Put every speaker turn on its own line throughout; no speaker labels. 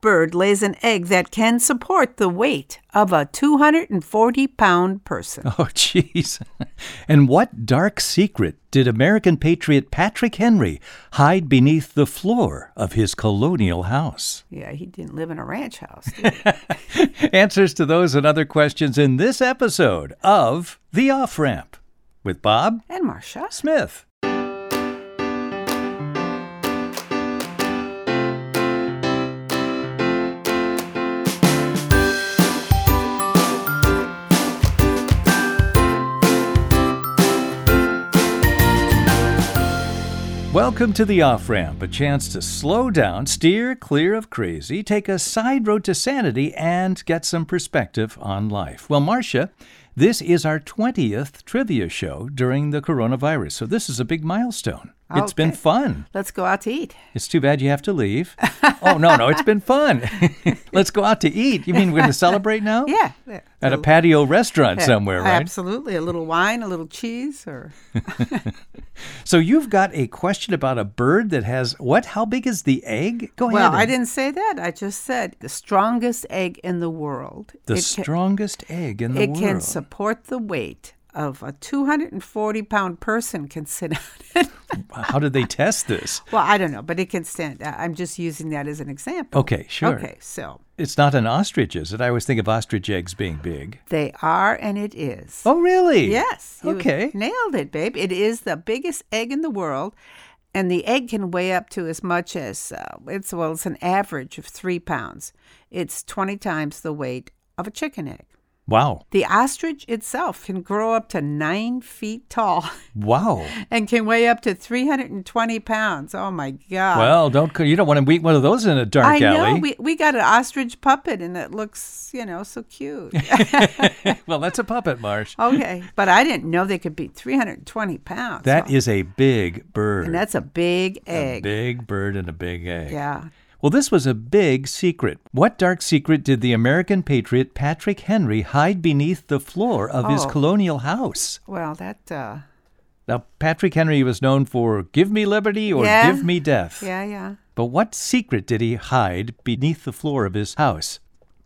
bird lays an egg that can support the weight of a 240 pound person.
Oh, jeez. And what dark secret did American patriot Patrick Henry hide beneath the floor of his colonial house?
Yeah, he didn't live in a ranch house.
Answers to those and other questions in this episode of The Off Ramp with Bob
and Marcia.
Smith. Welcome to the off ramp, a chance to slow down, steer clear of crazy, take a side road to sanity, and get some perspective on life. Well, Marcia, this is our 20th trivia show during the coronavirus, so this is a big milestone. It's been
Okay.
fun.
Let's go out to eat.
It's too bad you have to leave. oh, no, no, it's been fun. Let's go out to eat. You mean we're going to celebrate now?
Yeah.
Oh. At a patio restaurant somewhere, right?
Absolutely. A little wine, a little cheese, or
So you've got a question about a bird that has what? How big is the egg? Go ahead.
Well, I
and-
didn't say that. I just said the strongest egg in the world.
The
it can,
strongest egg in the
it
world.
can support the weight of a 240 pound person can sit on it.
How did they test this?
Well, I don't know, but it can stand. I- I'm just using that as an example.
Okay, sure.
Okay, so
It's not an ostrich, is it? I always think of ostrich eggs being big.
they are and it is.
Oh, really?
Yes. you
Okay.
Nailed it, babe. It is the biggest egg in the world, and the egg can weigh up to as much as uh, it's well, it's an average of three pounds. It's twenty times the weight of a chicken egg.
Wow.
The ostrich itself can grow up to nine feet tall
Wow.
and can weigh up to three hundred and twenty pounds. Oh my God!
well, don't you don't want to meet one of those in a dark
I know
alley?
we we got an ostrich puppet, and it looks you know so cute.
well, that's a puppet,
Oh,
Marsh.
okay, but I didn't know they could be three hundred and twenty pounds. Oh,
That is a big bird.
and that's a big egg.
a big bird and a big egg.
Yeah.
Well, this was a big secret. What dark secret did the American patriot Patrick Henry hide beneath the floor of his
Oh.
colonial house?
Well, that. Uh,
Now, Patrick Henry was known for give me liberty or
Yeah.
give me death.
yeah, yeah.
But what secret did he hide beneath the floor of his house?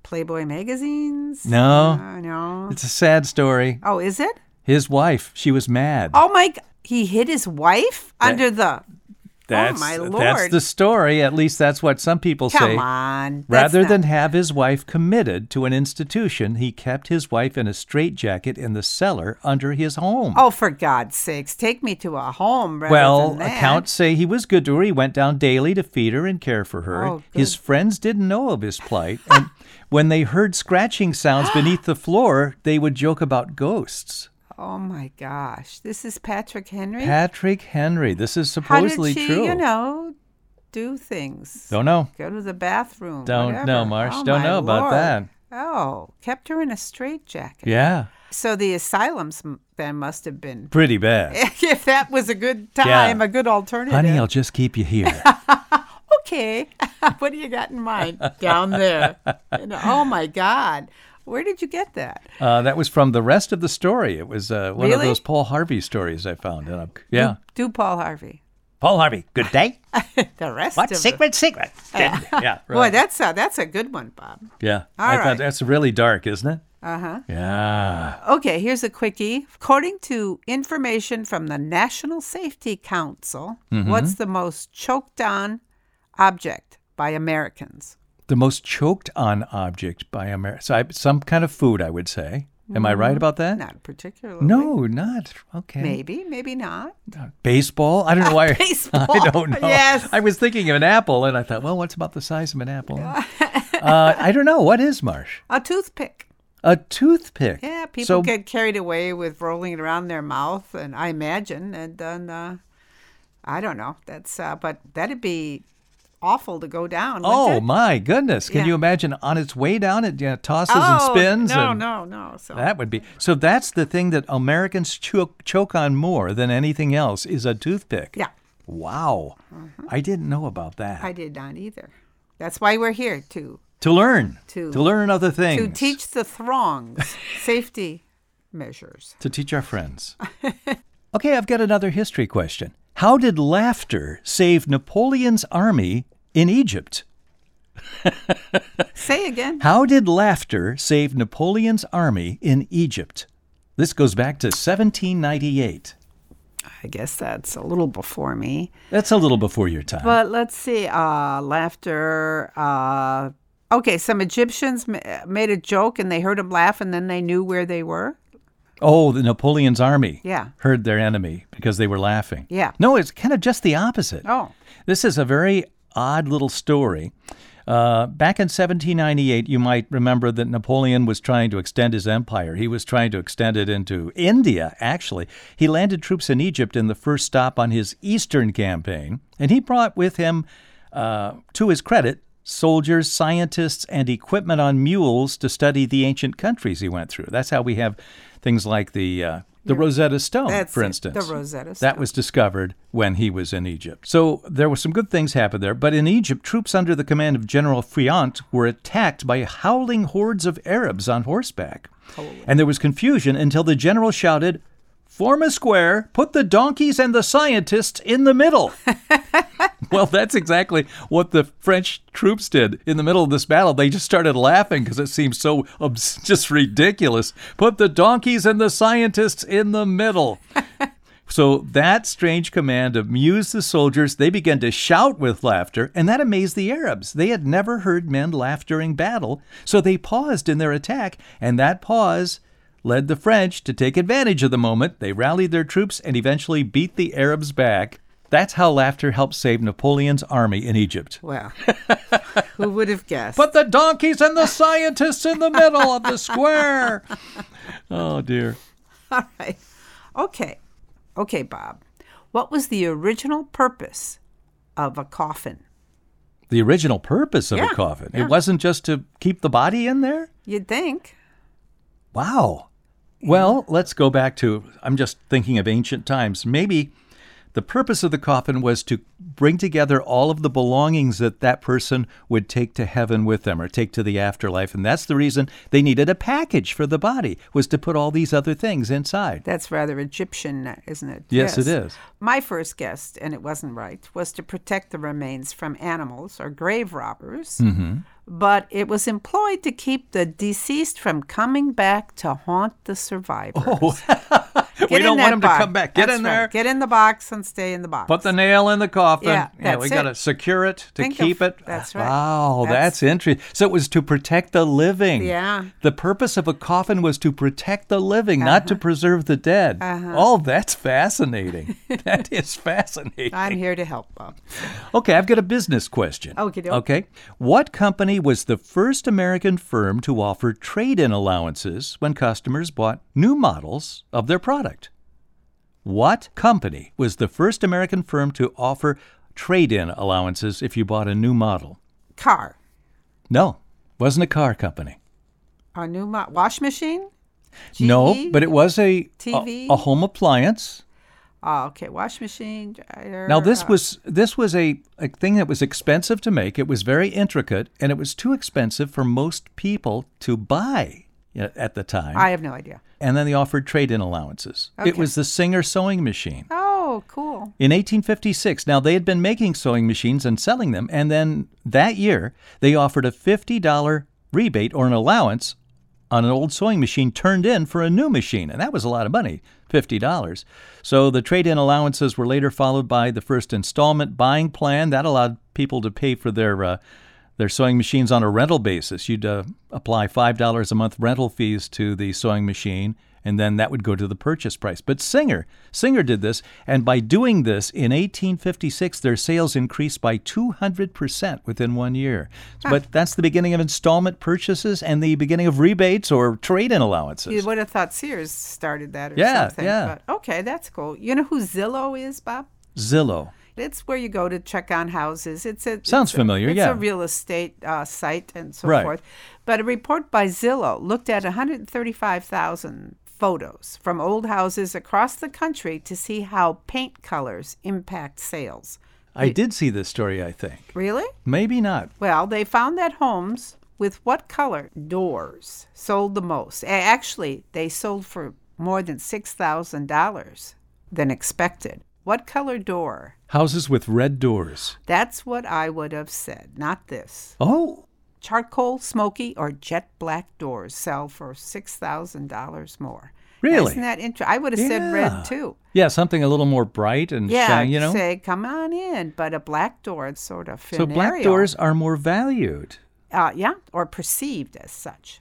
Playboy magazines.
No.
Uh, no.
It's a sad story.
Oh, is it?
His wife, she was mad.
Oh my! g- He hit his wife under the.
that's,
my
That's
Lord.
the story. At least that's what some people
Come
say.
on. that's
Rather
not-
than have his wife committed to an institution, he kept his wife in a straitjacket in the cellar under his home.
Oh, for God's sakes! Take me to a home. Rather
Well,
than that.
accounts say he was good to her. He went down daily to feed her and care for her.
Oh,
his
good.
friends didn't know of his plight. and when they heard scratching sounds beneath the floor, they would joke about ghosts.
Oh my gosh! This is Patrick Henry.
Patrick Henry, this is
How did
supposedly
she,
true.
you know, do things?
Don't know.
Go to the bathroom.
Don't
whatever.
know, Marsh.
Oh,
Don't
my
know about
Lord.
that.
Oh, kept her in a straitjacket.
Yeah,
So the asylums m- then must have been
pretty bad.
if that was a good
Yeah.
time, a good alternative.
Honey, I'll just keep you here.
okay. what do you got in mind down there? You know, oh my God. Where did you get that?
uh, that was from the rest of the story. It was uh, one of
Really?
those Paul Harvey stories I found. And I'm- yeah,
Do Paul Harvey.
Paul Harvey. Good day.
The rest
What
of
secret? Secret. yeah, right.
it. Boy, that's a, that's a good one, Bob.
Yeah.
All
I thought
right.
that's really dark, isn't it?
Uh huh.
Yeah.
Okay, here's a quickie. According to information from the National Safety Council,
Mm-hmm.
what's the most choked on object by Americans?
The most choked on object by America. So I, some kind of food, I would say. Am I
Mm-hmm.
right about that?
Not particularly.
No, not. Okay.
Maybe, maybe not.
Baseball? I don't know why.
baseball.
I don't know.
Yes.
I was thinking of an apple and I thought, well, what's about the size of an apple? uh, I don't know. What is Marsh?
A toothpick.
A toothpick.
Yeah, people
so,
get carried away with rolling it around their mouth, and I imagine, and then uh, I don't know. That's uh, but that'd be awful to go down. wouldn't
Oh,
it?
my goodness. Can
Yeah.
you imagine on its way down, it you know, tosses and
Oh,
spins?
No,
and
no, no. So
That would be so. That's the thing that Americans choke, choke on more than anything else is a toothpick.
yeah, Mm-hmm.
Wow, I didn't know about that.
I did not either. That's why we're here to
to learn,
To-
learn other things,
to teach the throngs safety measures.
to teach our friends. okay, I've got another history question. How did laughter save Napoleon's army in Egypt?
Say again.
How did laughter save Napoleon's army in Egypt? This goes back to 1798.
I guess that's a little before me.
That's a little before your time.
But let's see. Uh, laughter. Uh, okay, some Egyptians ma- made a joke and they heard him laugh and then they knew where they were.
oh, the Napoleon's army
Yeah.
heard their enemy because they were laughing.
Yeah.
No, it's kind of just the opposite.
Oh,
This is a very odd little story. Uh, back in 1798, you might remember that Napoleon was trying to extend his empire. He was trying to extend it into India, actually. He landed troops in Egypt in the first stop on his eastern campaign, and he brought with him, uh, to his credit, soldiers, scientists, and equipment on mules to study the ancient countries he went through. That's how we have things like the. Uh, the Rosetta Stone,
That's
for
it, the
instance.
Rosetta
That was discovered when he was in Egypt. So there were some good things happened there, but in Egypt, troops under the command of General Friant were attacked by howling hordes of Arabs on horseback. And there was confusion until the general shouted, Form a square, put the donkeys and the scientists in the middle. well, that's exactly what the French troops did in the middle of this battle. They just started laughing because it seemed so obs- just ridiculous. Put the donkeys and the scientists in the middle. So that strange command amused the soldiers. They began to shout with laughter, and that amazed the Arabs. They had never heard men laugh during battle, so they paused in their attack, and that pause led the French to take advantage of the moment. They rallied their troops and eventually beat the Arabs back. That's how laughter helped save Napoleon's army in Egypt.
well, who would have guessed?
Put the donkeys and the scientists in the middle of the square. Oh, dear.
All right. Okay. Okay, Bob. What was the original purpose of a coffin?
The original purpose of
Yeah,
a coffin.
yeah.
It wasn't just to keep the body in there?
You'd think.
Wow. Well, let's go back to I'm just thinking of ancient times. Maybe the purpose of the coffin was to bring together all of the belongings that that person would take to heaven with them or take to the afterlife, and that's the reason they needed a package for the body was to put all these other things inside.
That's rather Egyptian, isn't it?
Yes, it is.
My first guess, and it wasn't right, was to protect the remains from animals or grave robbers,
Mm-hmm.
but it was employed to keep the deceased from coming back to haunt the survivors.
Oh, we
in
don't
that
want them to
box.
come back. Get
That's
in
right.
there.
Get in the box and stay in the box.
Put the nail in the coffin.
Yeah, that's
we
it.
gotta secure it to
Think of-
keep it.
that's right.
Wow,
That's-
that's, interesting. So it was to protect the living.
Yeah.
The purpose of a coffin was to protect the living, not
Uh-huh.
to preserve the dead. Oh, that's fascinating. that is fascinating.
I'm here to help, Bob.
Okay, I've got a business question.
Okie doke.
Okay. What company was the first American firm to offer trade in allowances when customers bought new models of their product? What company was the first American firm to offer trade in allowances if you bought a new model?
Car,
No, wasn't a car company.
a new mo- wash machine. E?
No,
GE?
but it was a,
TV?
a a home appliance.
Oh, okay, wash machine. Dryer,
Now this
uh,
was this was a, a thing that was expensive to make. It was very intricate, and it was too expensive for most people to buy y- at the time.
I have no idea.
and then they offered trade-in allowances. It
Okay.
was the Singer sewing machine.
Oh, cool.
In 1856, now they had been making sewing machines and selling them, and then that year they offered a $50 rebate or an allowance on an old sewing machine turned in for a new machine, and that was a lot of money, $50. So the trade in allowances were later followed by the first installment buying plan that allowed people to pay for their. Uh, their sewing machines on a rental basis. You'd uh, apply $5 a month rental fees to the sewing machine, and then that would go to the purchase price. But Singer, Singer did this, and by doing this in 1856, their sales increased by 200% within one year.
Ah.
But that's the beginning of installment purchases and the beginning of rebates or trade in
You
allowances.
would have thought Sears started that or
Yeah,
something.
yeah.
But okay, that's cool. You know who Zillow is, Bob?
Zillow.
It's where you go to check on houses. It's a
Sounds
it's a-
familiar,
It's
yeah.
a real estate uh, site and so
Right.
forth. But a report by Zillow looked at 135,000 photos from old houses across the country to see how paint colors impact sales.
I did see this story, I think.
Really?
Maybe not.
Well, they found that homes with what color doors sold the most. A- Actually, they sold for more than $6,000 than expected. What color door
Houses with red doors.
That's what I would have said, not this.
Oh,
Charcoal, smoky, or jet black doors sell for $6,000 more.
really?
Isn't that interesting? I would have said
Yeah.
red too.
Yeah, something a little more bright and
Yeah,
shiny, you know?
say, come on in, but a black door, it's sort of
so
funereal.
black doors are more valued.
uh, yeah, or perceived as such.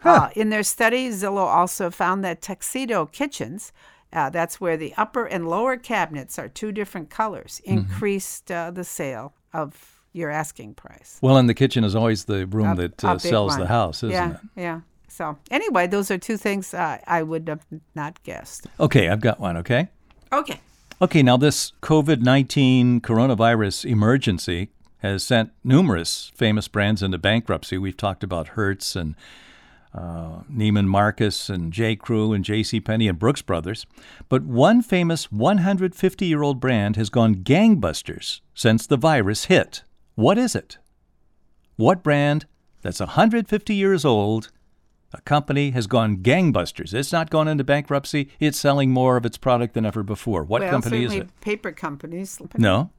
Huh.
Uh, in their study, Zillow also found that tuxedo kitchens, uh, that's where the upper and lower cabinets are two different colors,
Mm-hmm.
increased uh, the sale of your asking price.
Well, and the kitchen is always the room
A-
that
a
uh,
big
sells the
one.
house, isn't
yeah,
it?
Yeah. So, anyway, those are two things uh, I would have not guessed.
Okay, I've got one, okay?
Okay.
Okay, now this COVID 19 coronavirus emergency has sent numerous famous brands into bankruptcy. We've talked about Hertz and uh, Neiman Marcus and J. Crew and J.C. Penney and Brooks Brothers, but one famous 150 year old brand has gone gangbusters since the virus hit. What is it? What brand that's 150 years old? A company has gone gangbusters. It's not gone into bankruptcy. It's selling more of its product than ever before. What
well,
company is
certainly
it?
Paper companies.
No.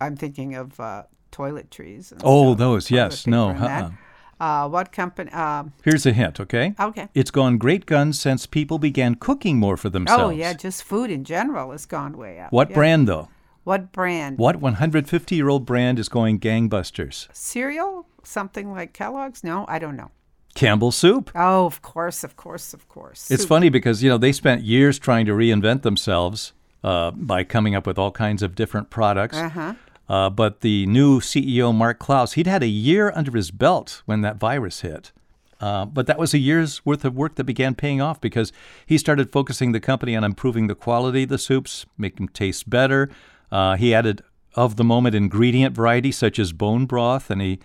I'm thinking of uh, toiletries. And
Oh,
stuff,
those,
toilet
yes, no, uh-uh.
paper and that. Uh, what company? Um,
Here's a hint, okay?
okay.
It's gone great guns since people began cooking more for themselves.
Oh yeah, just food in general has gone way up.
What
yeah.
brand, though?
What brand?
What 150 year old brand is going gangbusters?
Cereal? Something like Kellogg's? No, I don't know.
Campbell Soup.
Oh, of course, of course, of course.
It's
Soup.
funny because, you know, they spent years trying to reinvent themselves uh, by coming up with all kinds of different products.
Uh-huh.
Uh, but the new CEO, Mark Klaus, he'd had a year under his belt when that virus hit. Uh, but that was a year's worth of work that began paying off because he started focusing the company on improving the quality of the soups, make them taste better. Uh, he added of the moment ingredient varieties such as bone broth, and he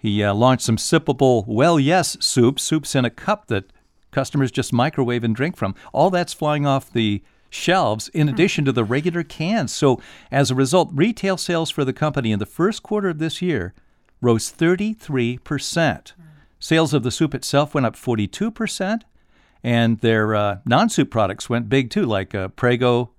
he uh, launched some sippable Well Yes soup, soups in a cup that customers just microwave and drink from. All that's flying off the shelves in addition to the regular cans. So, as a result, retail sales for the company in the first quarter of this year rose 33%. Sales of the soup itself went up 42%, and their uh, non soup products went big too, like uh, Prego,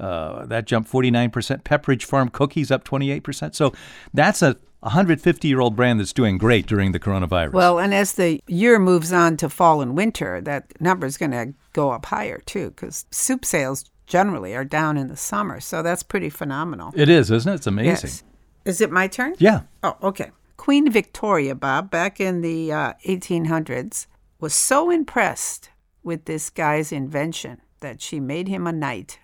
uh, that jumped 49%. Pepperidge Farm cookies up 28%. So that's a 150 year old brand that's doing great during the coronavirus.
Well, and as the year moves on to fall and winter, that number's going to go up higher too, because soup sales generally are down in the summer. So that's pretty phenomenal.
it is, isn't it? It's amazing.
Yes. Is it my turn?
Yeah.
Oh, okay. Queen Victoria, Bob, back in the uh, 1800s, was so impressed with this guy's invention that she made him a knight.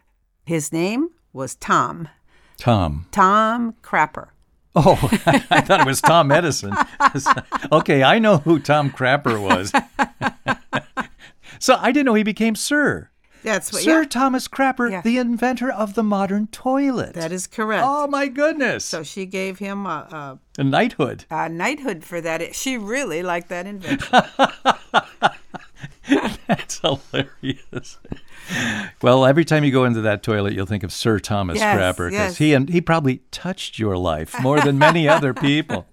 His name was Tom,
Tom.
Tom Crapper.
Oh, I thought it was Tom Edison. okay, I know who Tom Crapper was. so I didn't know he became Sir.
That's what.
Sir
yeah,
Thomas Crapper,
Yeah.
the inventor of the modern toilet.
that is correct.
Oh, my goodness.
So she gave him a,
a knighthood.
a, a knighthood for that. She really liked that invention.
That's hilarious. well, every time you go into that toilet, you'll think of Sir Thomas
Yes,
Crapper
yes.
he and he probably touched your life more than many other people.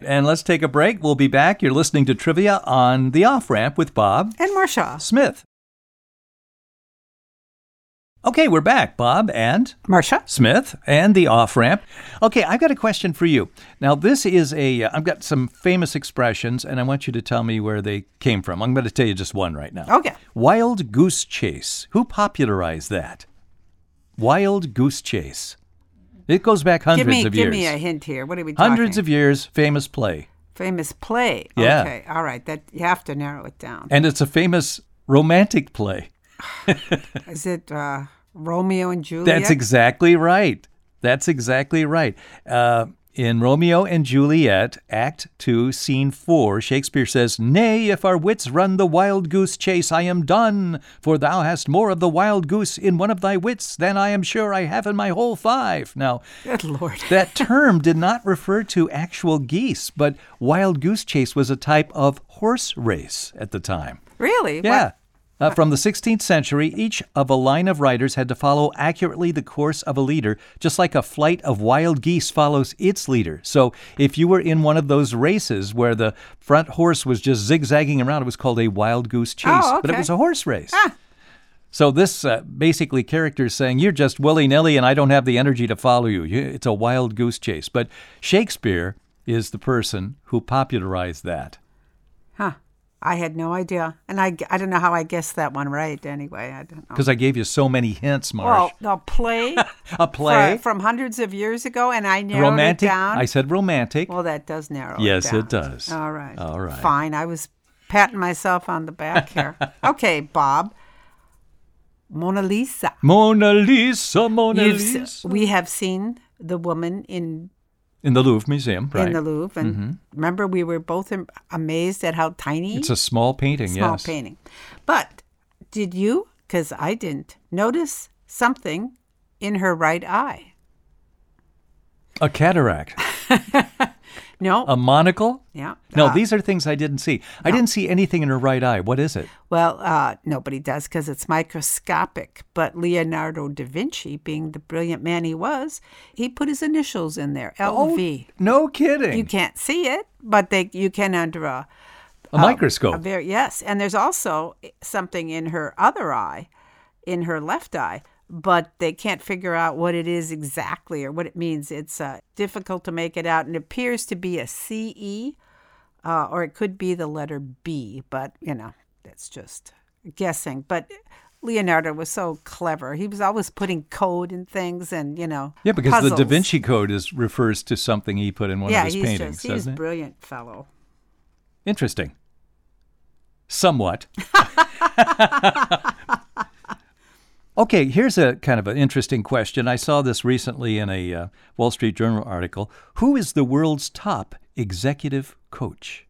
And let's take a break. We'll be back. You're listening to Trivia on the Off Ramp with Bob
and Marsha.
Smith. Okay, we're back, Bob and
Marsha?
Smith and the off ramp. Okay, I've got a question for you. Now, this is a, uh, I've got some famous expressions, and I want you to tell me where they came from. I'm going to tell you just one right now.
Okay.
Wild goose chase. Who popularized that? Wild goose chase. It goes back
give
hundreds
me,
of
give
years.
me a hint here. What are we talking?
hundreds of years, famous play.
famous play.
Yeah.
Okay. All right. That you have to narrow it down.
And it's a famous romantic play.
Oh, Is it uh, Romeo and Juliet?
That's exactly right. That's exactly right. Uh, in Romeo and Juliet, Act 2, Scene 4, Shakespeare says, Nay, if our wits run the wild goose chase, I am done, for thou hast more of the wild goose in one of thy wits than I am sure I have in my whole five. Now,
Good lord.
that term did not refer to actual geese, but wild goose chase was a type of horse race at the time.
Really?
Yeah.
What?
Uh, from the 16th century, each of a line of riders had to follow accurately the course of a leader, just like a flight of wild geese follows its leader. So, if you were in one of those races where the front horse was just zigzagging around, it was called a wild goose chase,
Oh,
but it
okay.
was a horse race. So this uh, basically character is saying, You're just willy nilly and I don't have the energy to follow you. You- It's a wild goose chase. But Shakespeare is the person who popularized that.
Huh. I had no idea. And I, I don't know how I guessed that one right anyway. I don't know.
Because I gave you so many hints,
Oh. Well, a
Marsh.
play,
a play,
fro- from hundreds of years ago, and I narrowed
romantic.
it down.
I said romantic.
well, that does narrow
Yes,
it
it
down.
does.
All right.
All right.
Fine. I was patting myself on the back here. okay, Bob. Mona Lisa.
Mona Lisa, Mona
You've
Lisa.
s- we have seen the woman in
In the Louvre Museum, right? Mm-hmm.
in the Louvre, and remember we were both am- amazed at how tiny
it's a small painting,
small
yes.
painting. But did you? Because I didn't notice something in her right eye.
A cataract.
No.
A monocle?
yeah.
Oh. No,
uh,
these are things I didn't see. I didn't see anything in her right eye. What is it?
Well, uh, nobody does because it's microscopic. But Leonardo da Vinci, being the brilliant man he was, he put his initials in there,
Oh.
LV.
No kidding.
You can't see it, but they you can under a,
a microscope.
oh, a very yes. And there's also eh, something in her other eye, in her left eye, but they can't figure out what it is exactly or what it means. It's uh, difficult to make it out, and appears to be a CE, uh, or it could be the letter B. But you know, that's just guessing. But Leonardo was so clever. He was always putting code in things, and you know,
yeah, because the Da
puzzles.
Vinci Code is refers to something he put in one
Yeah,
of his
he's
paintings,
just he's
doesn't it?
brilliant fellow.
Interesting. Somewhat. okay, here's a kind of an interesting question. I saw this recently in a uh, Wall Street Journal article. Who is the world's top executive coach?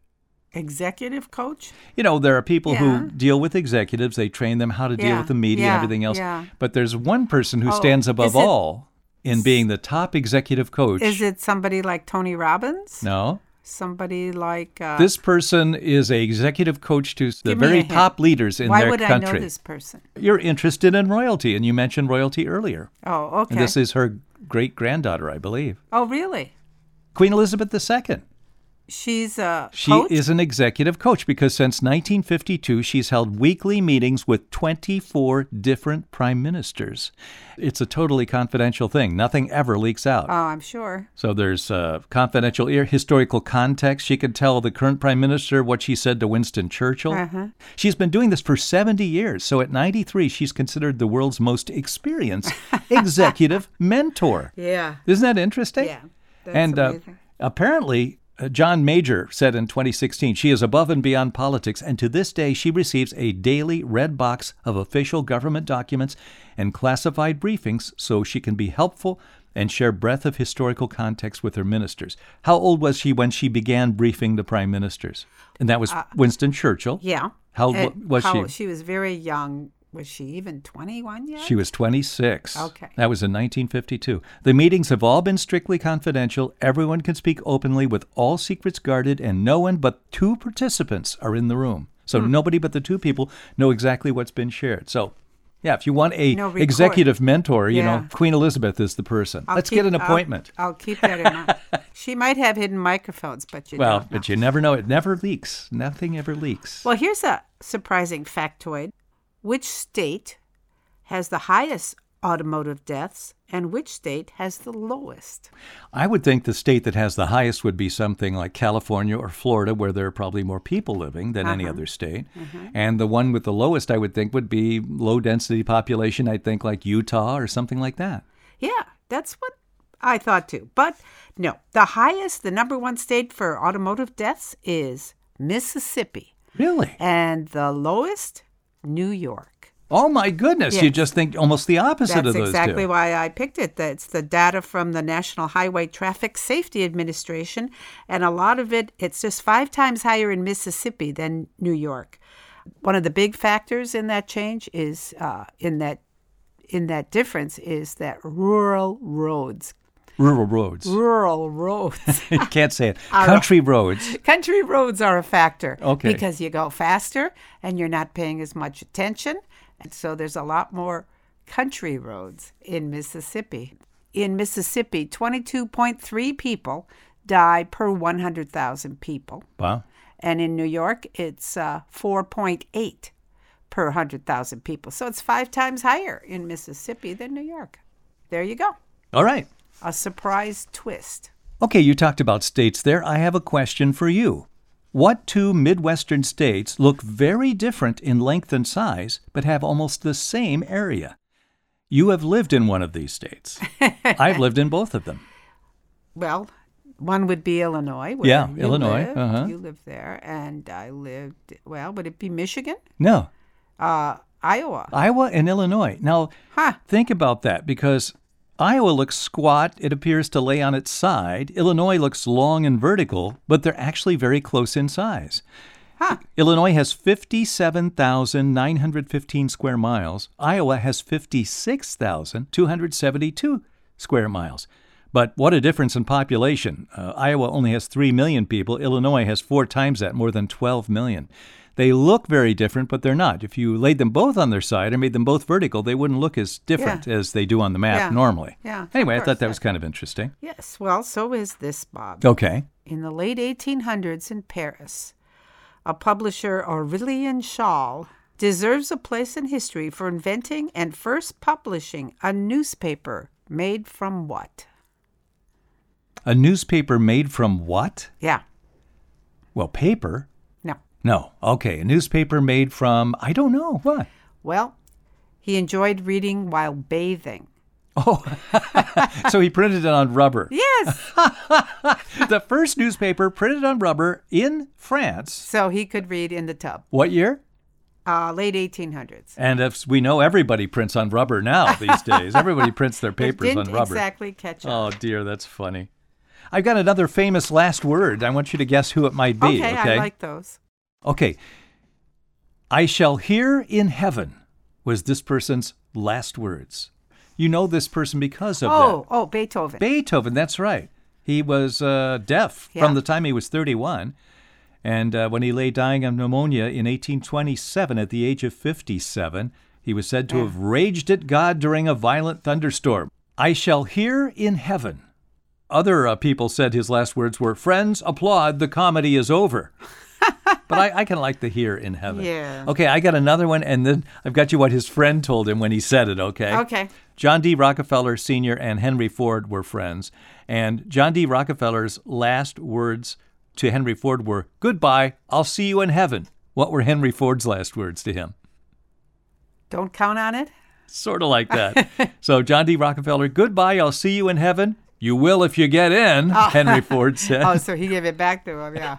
Executive coach.
You know, there are people
Yeah.
who deal with executives, they train them how to deal
Yeah,
with the media
yeah,
and everything else.
yeah.
But there's one person who
Oh,
stands above
is it-
all in being the top executive coach.
Is it somebody like Tony Robbins?
no.
Somebody like uh,
This person is a executive coach to the
Give me a
very
hint.
top leaders in
Why
their
would
country.
I know this person?
You're interested in royalty, and you mentioned royalty earlier.
Oh, okay.
And this is her great granddaughter, I believe.
oh, really?
Queen Elizabeth II.
She's a
She
coach?
is an executive coach because since 1952, she's held weekly meetings with 24 different prime ministers. It's a totally confidential thing, nothing ever leaks out.
Oh, I'm sure.
So there's uh, confidential ear- historical context. She could tell the current prime minister what she said to Winston Churchill.
Uh-huh.
She's been doing this for 70 years. So at 93, she's considered the world's most experienced executive mentor.
Yeah.
Isn't that interesting?
Yeah. That's
and uh,
amazing.
apparently, uh, John Major said in 2016, she is above and beyond politics, and to this day, she receives a daily red box of official government documents and classified briefings so she can be helpful and share breadth of historical context with her ministers. How old was she when she began briefing the prime ministers? And that was
Uh,
Winston Churchill.
yeah.
How old
And
wa- was
how-
she?
She was very young. Was she even 21 yet?
She was 26.
Okay.
That was in 1952. The meetings have all been strictly confidential. Everyone can speak openly with all secrets guarded, and no one but two participants are in the room. So
Hmm.
nobody but the two people know exactly what's been shared. So, yeah, if you want a
No record.
executive mentor, you know,
Yeah.
Queen Elizabeth is the person.
I'll
Let's
keep-
get an
I'll-
appointment.
I'll, keep that in mind. she might have hidden microphones, but you
well,
don't know.
but you never know. It never leaks. Nothing ever leaks.
Well, here's a surprising factoid. Which state has the highest automotive deaths and which state has the lowest?
I would think the state that has the highest would be something like California or Florida, where there are probably more people living than
Uh-huh.
any other state.
Mm-hmm.
And the one with the lowest, I would think, would be low density population, I'd think like Utah or something like that.
Yeah, that's what I thought too. But no, the highest, the number one state for automotive deaths is Mississippi,
Really?
and the lowest, New York.
Oh my goodness. You
Yes.
just think almost the opposite
That's
of those
exactly
two.
why I picked it. That's the data from the National Highway Traffic Safety Administration, and a lot of it, it's just five times higher in Mississippi than New York. One of the big factors in that change is uh, in that in that difference is that rural roads,
Rural roads.
rural roads,
you can't say it. Country roads.
country roads are a factor.
Okay.
because you go faster and you're not paying as much attention, and so there's a lot more country roads in Mississippi. In Mississippi, 22.3 people die per 100,000 people,
Wow.
and in New York, it's uh, 4.8 per 100,000 people. So it's five times higher in Mississippi than New York. There you go.
All right.
A surprise twist.
Okay, you talked about states there. I have a question for you. What two Midwestern states look very different in length and size, but have almost the same area? You have lived in one of these states. I've lived in both of them.
Well, one would be Illinois. where
Yeah,
you
Illinois,
lived.
uh-huh.
You lived there, and I lived, well, would it be Michigan?
No,
Uh, Iowa.
Iowa and Illinois. Now,
Huh.
think about that because Iowa looks squat. It appears to lay on its side. Illinois looks long and vertical, but they're actually very close in size.
Huh.
Illinois has 57,915 square miles. Iowa has 56,272 square miles. But what a difference in population. Uh, Iowa only has 3 million people. Illinois has four times that, more than 12 million. They look very different, but they're not. If you laid them both on their side or made them both vertical, they wouldn't look as different as they do on the map
Yeah.
normally.
Yeah, of
Anyway, I
course,
thought that was kind of interesting.
Yes, well, so is this, Bob.
Okay.
In the late 1800s in Paris, a publisher, Aurelian Schall, deserves a place in history for inventing and first publishing a newspaper made from what?
A newspaper made from what?
Yeah,
Well, paper.
no.
No. Okay. A newspaper made from, I don't know what.
Well, he enjoyed reading while bathing.
Oh, so he printed it on rubber.
Yes!
The first newspaper printed on rubber in France.
so he could read in the tub.
What year?
Uh, late 1800s.
And if we know everybody prints on rubber now these days, everybody prints their
It
papers
didn't
on rubber.
exactly catch up.
Oh, dear. That's funny. I've got another famous last word. I want you to guess who it might be. Okay.
okay, I like those.
okay. I shall hear in heaven was this person's last words. You know this person because of that.
Oh, oh, Beethoven.
Beethoven, that's right. He was uh, deaf
Yeah.
from the time he was 31. And uh, when he lay dying of pneumonia in 1827 at the age of 57, he was said to have raged at God during a violent thunderstorm. I shall hear in heaven. Other uh, people said his last words were, Friends, applaud, the comedy is over. but I, I kind of like the hear in heaven.
Yeah.
Okay, I got another one, and then I've got you what his friend told him when he said it, okay?
okay.
John D. Rockefeller Sr. and Henry Ford were friends, and John D. Rockefeller's last words to Henry Ford were, Goodbye, I'll see you in heaven. What were Henry Ford's last words to him?
Don't count on it.
Sort of like that. so, John D. Rockefeller, Goodbye, I'll see you in heaven. You will if you get in, Henry Ford said.
Oh, so he gave it back to him. Yeah.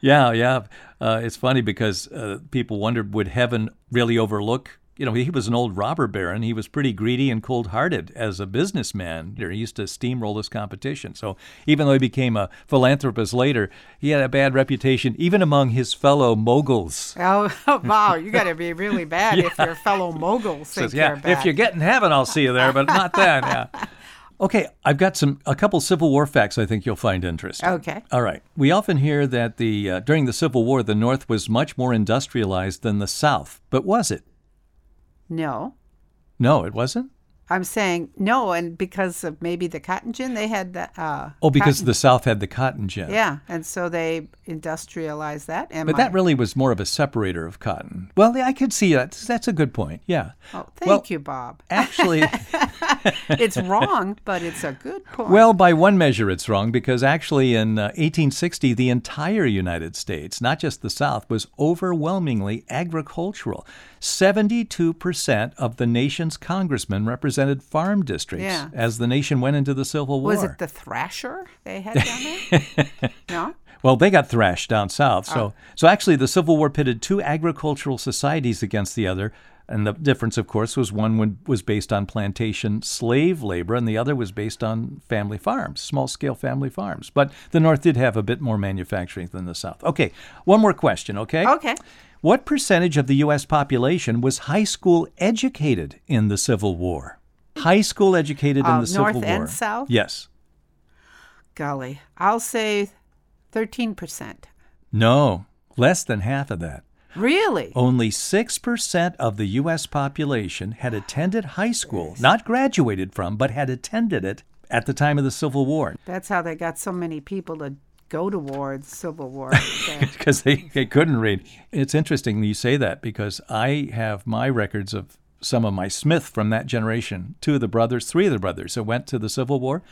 Yeah, yeah. Uh, it's funny because uh, people wondered would heaven really overlook? You know, he was an old robber baron. He was pretty greedy and cold hearted as a businessman. You know, He used to steamroll his competition. So even though he became a philanthropist later, he had a bad reputation even among his fellow moguls.
Oh, wow. You got to be really bad if your fellow moguls think
Says, yeah,
you're bad.
if you get in heaven, I'll see you there, but not then. Yeah. Okay, I've got some a couple Civil War facts I think you'll find interesting.
Okay.
All right. We often hear that the uh, during the Civil War the North was much more industrialized than the South, but was it?
No.
No, it wasn't.
I'm saying no. And because of maybe the cotton gin, they had the. Uh,
Oh, because
cotton-
the South had the cotton gin.
Yeah. And so they industrialized that. And
But that
my-
really was more of a separator of cotton. Well, yeah, I could see that. That's a good point. Yeah.
Oh, thank
well-
you, Bob.
Actually,
It's wrong, but it's a good point.
well, by one measure, it's wrong because actually in uh, 1860, the entire United States, not just the South, was overwhelmingly agricultural. 72% of the nation's congressmen represented farm districts
Yeah.
as the nation went into the Civil War.
was it the thrasher they had down there? no.
Well, they got thrashed down south. So,
Ah.
so actually, the Civil War pitted two agricultural societies against the other, and the difference, of course, was one would, was based on plantation slave labor, and the other was based on family farms, small scale family farms. But the North did have a bit more manufacturing than the South. Okay, one more question. Okay.
Okay.
What percentage of the U.S. population was high school educated in the Civil War? High school educated
Uh,
in the Civil
North
War.
and South?
Yes.
Golly, I'll say 13%.
No. Less than half of that.
Really?
Only 6% of the U.S. population had attended high school, not graduated from, but had attended it at the time of the Civil War.
That's how they got so many people to go to war in Civil War.
because they, they couldn't read. It's interesting you say that because I have my records of some of my Smith from that generation, two of the brothers, three of the brothers that went to the Civil War,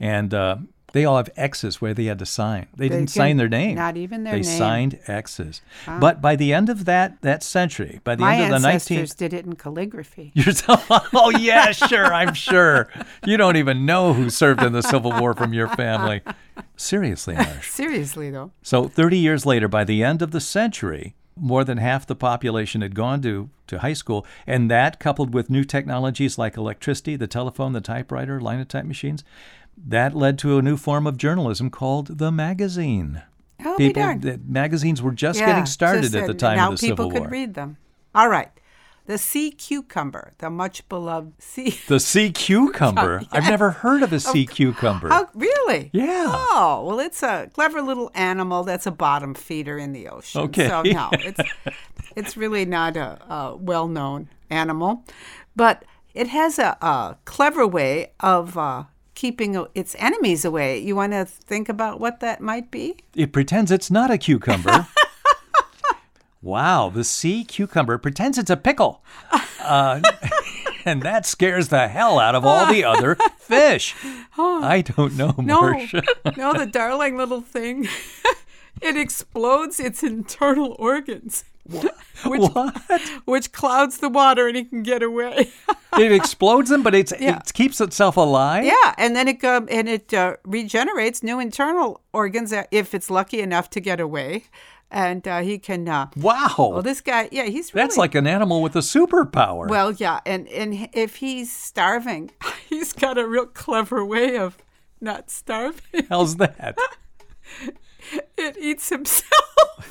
and uh, they all have X's where they had to sign. They, didn't sign
didn't-
their name.
not even their
they
name.
signed X's. But by the end of that that century, by the
My
end of the 19th
ancestors did it in calligraphy.
yourself. Oh yeah, sure, I'm sure. You don't even know who served in the Civil War from your family. Seriously, Marsh.
Seriously, though.
So 30 years later, by the end of the century, more than half the population had gone to, to high school, and that coupled with new technologies like electricity, the telephone, the typewriter, line of type machines, that led to a new form of journalism called the magazine.
Oh, be
People,
darned.
the magazines were just
Yeah,
getting started
just
at the
that
time
now
of the Civil
people
War.
could read them. All right. The sea cucumber, the much beloved sea.
The sea cucumber. I've never heard of a sea cucumber.
Oh, How, really?
Yeah.
Oh, well, it's a clever little animal that's a bottom feeder in the ocean.
Okay.
So, no, it's, it's really not a, a well known animal, but it has a, a clever way of uh, keeping uh, its enemies away. You want to think about what that might be?
It pretends it's not a cucumber. wow, the sea cucumber pretends it's a pickle. Uh, and that scares the hell out of all the other fish. I don't know,
No,
Marcia.
no, the darling little thing. it explodes its internal organs, which
What?
which clouds the water, and it can get away.
It explodes them, but it's,
Yeah.
it keeps itself alive?
yeah, and then it um, and it uh, regenerates new internal organs uh, if it's lucky enough to get away, and uh, he can. Uh,
Wow.
well, this guy, yeah, he's really
That's like an animal with a superpower.
well, yeah, and and h- if he's starving, he's got a real clever way of not starving.
How's that?
It eats himself.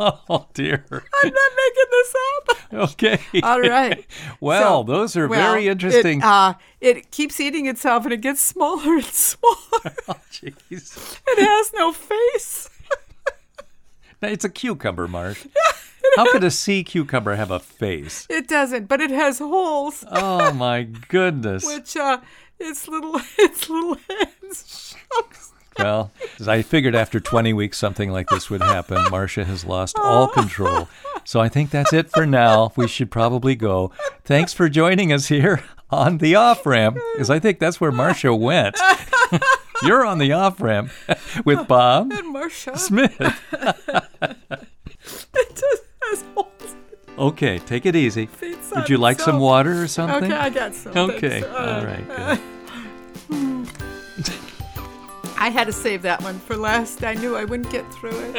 Oh, dear.
I'm not making this up.
Okay.
All right.
Well,
Uh, So-
those are
well,
very interesting.
It, uh, it keeps eating itself and it gets smaller and smaller.
oh, jeez.
it has no face.
It's a cucumber, Marsh. How could a sea cucumber have a face?
It doesn't, but it has holes,
Oh my goodness.
which uh, its little its little hands. shoves.
Well, as I figured after 20 weeks something like this would happen. Marcia has lost all control. So I think that's it for now. We should probably go. Thanks for joining us here on the off ramp, because I think that's where Marcia went. You're on the off ramp with Bob
and Marcia,
Smith.
it just has holes.
Okay, take it easy.
Feeds
Would you like some
itself.
water or something?
Okay, I got some. uh,
Okay,
Thanks.
all right, good.
I had to save that one for last. I knew I wouldn't get through it.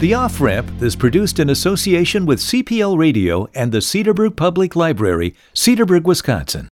The Off Ramp is produced in association with CPL Radio and the Cedarbrook Public Library, Cedarbrook, Wisconsin.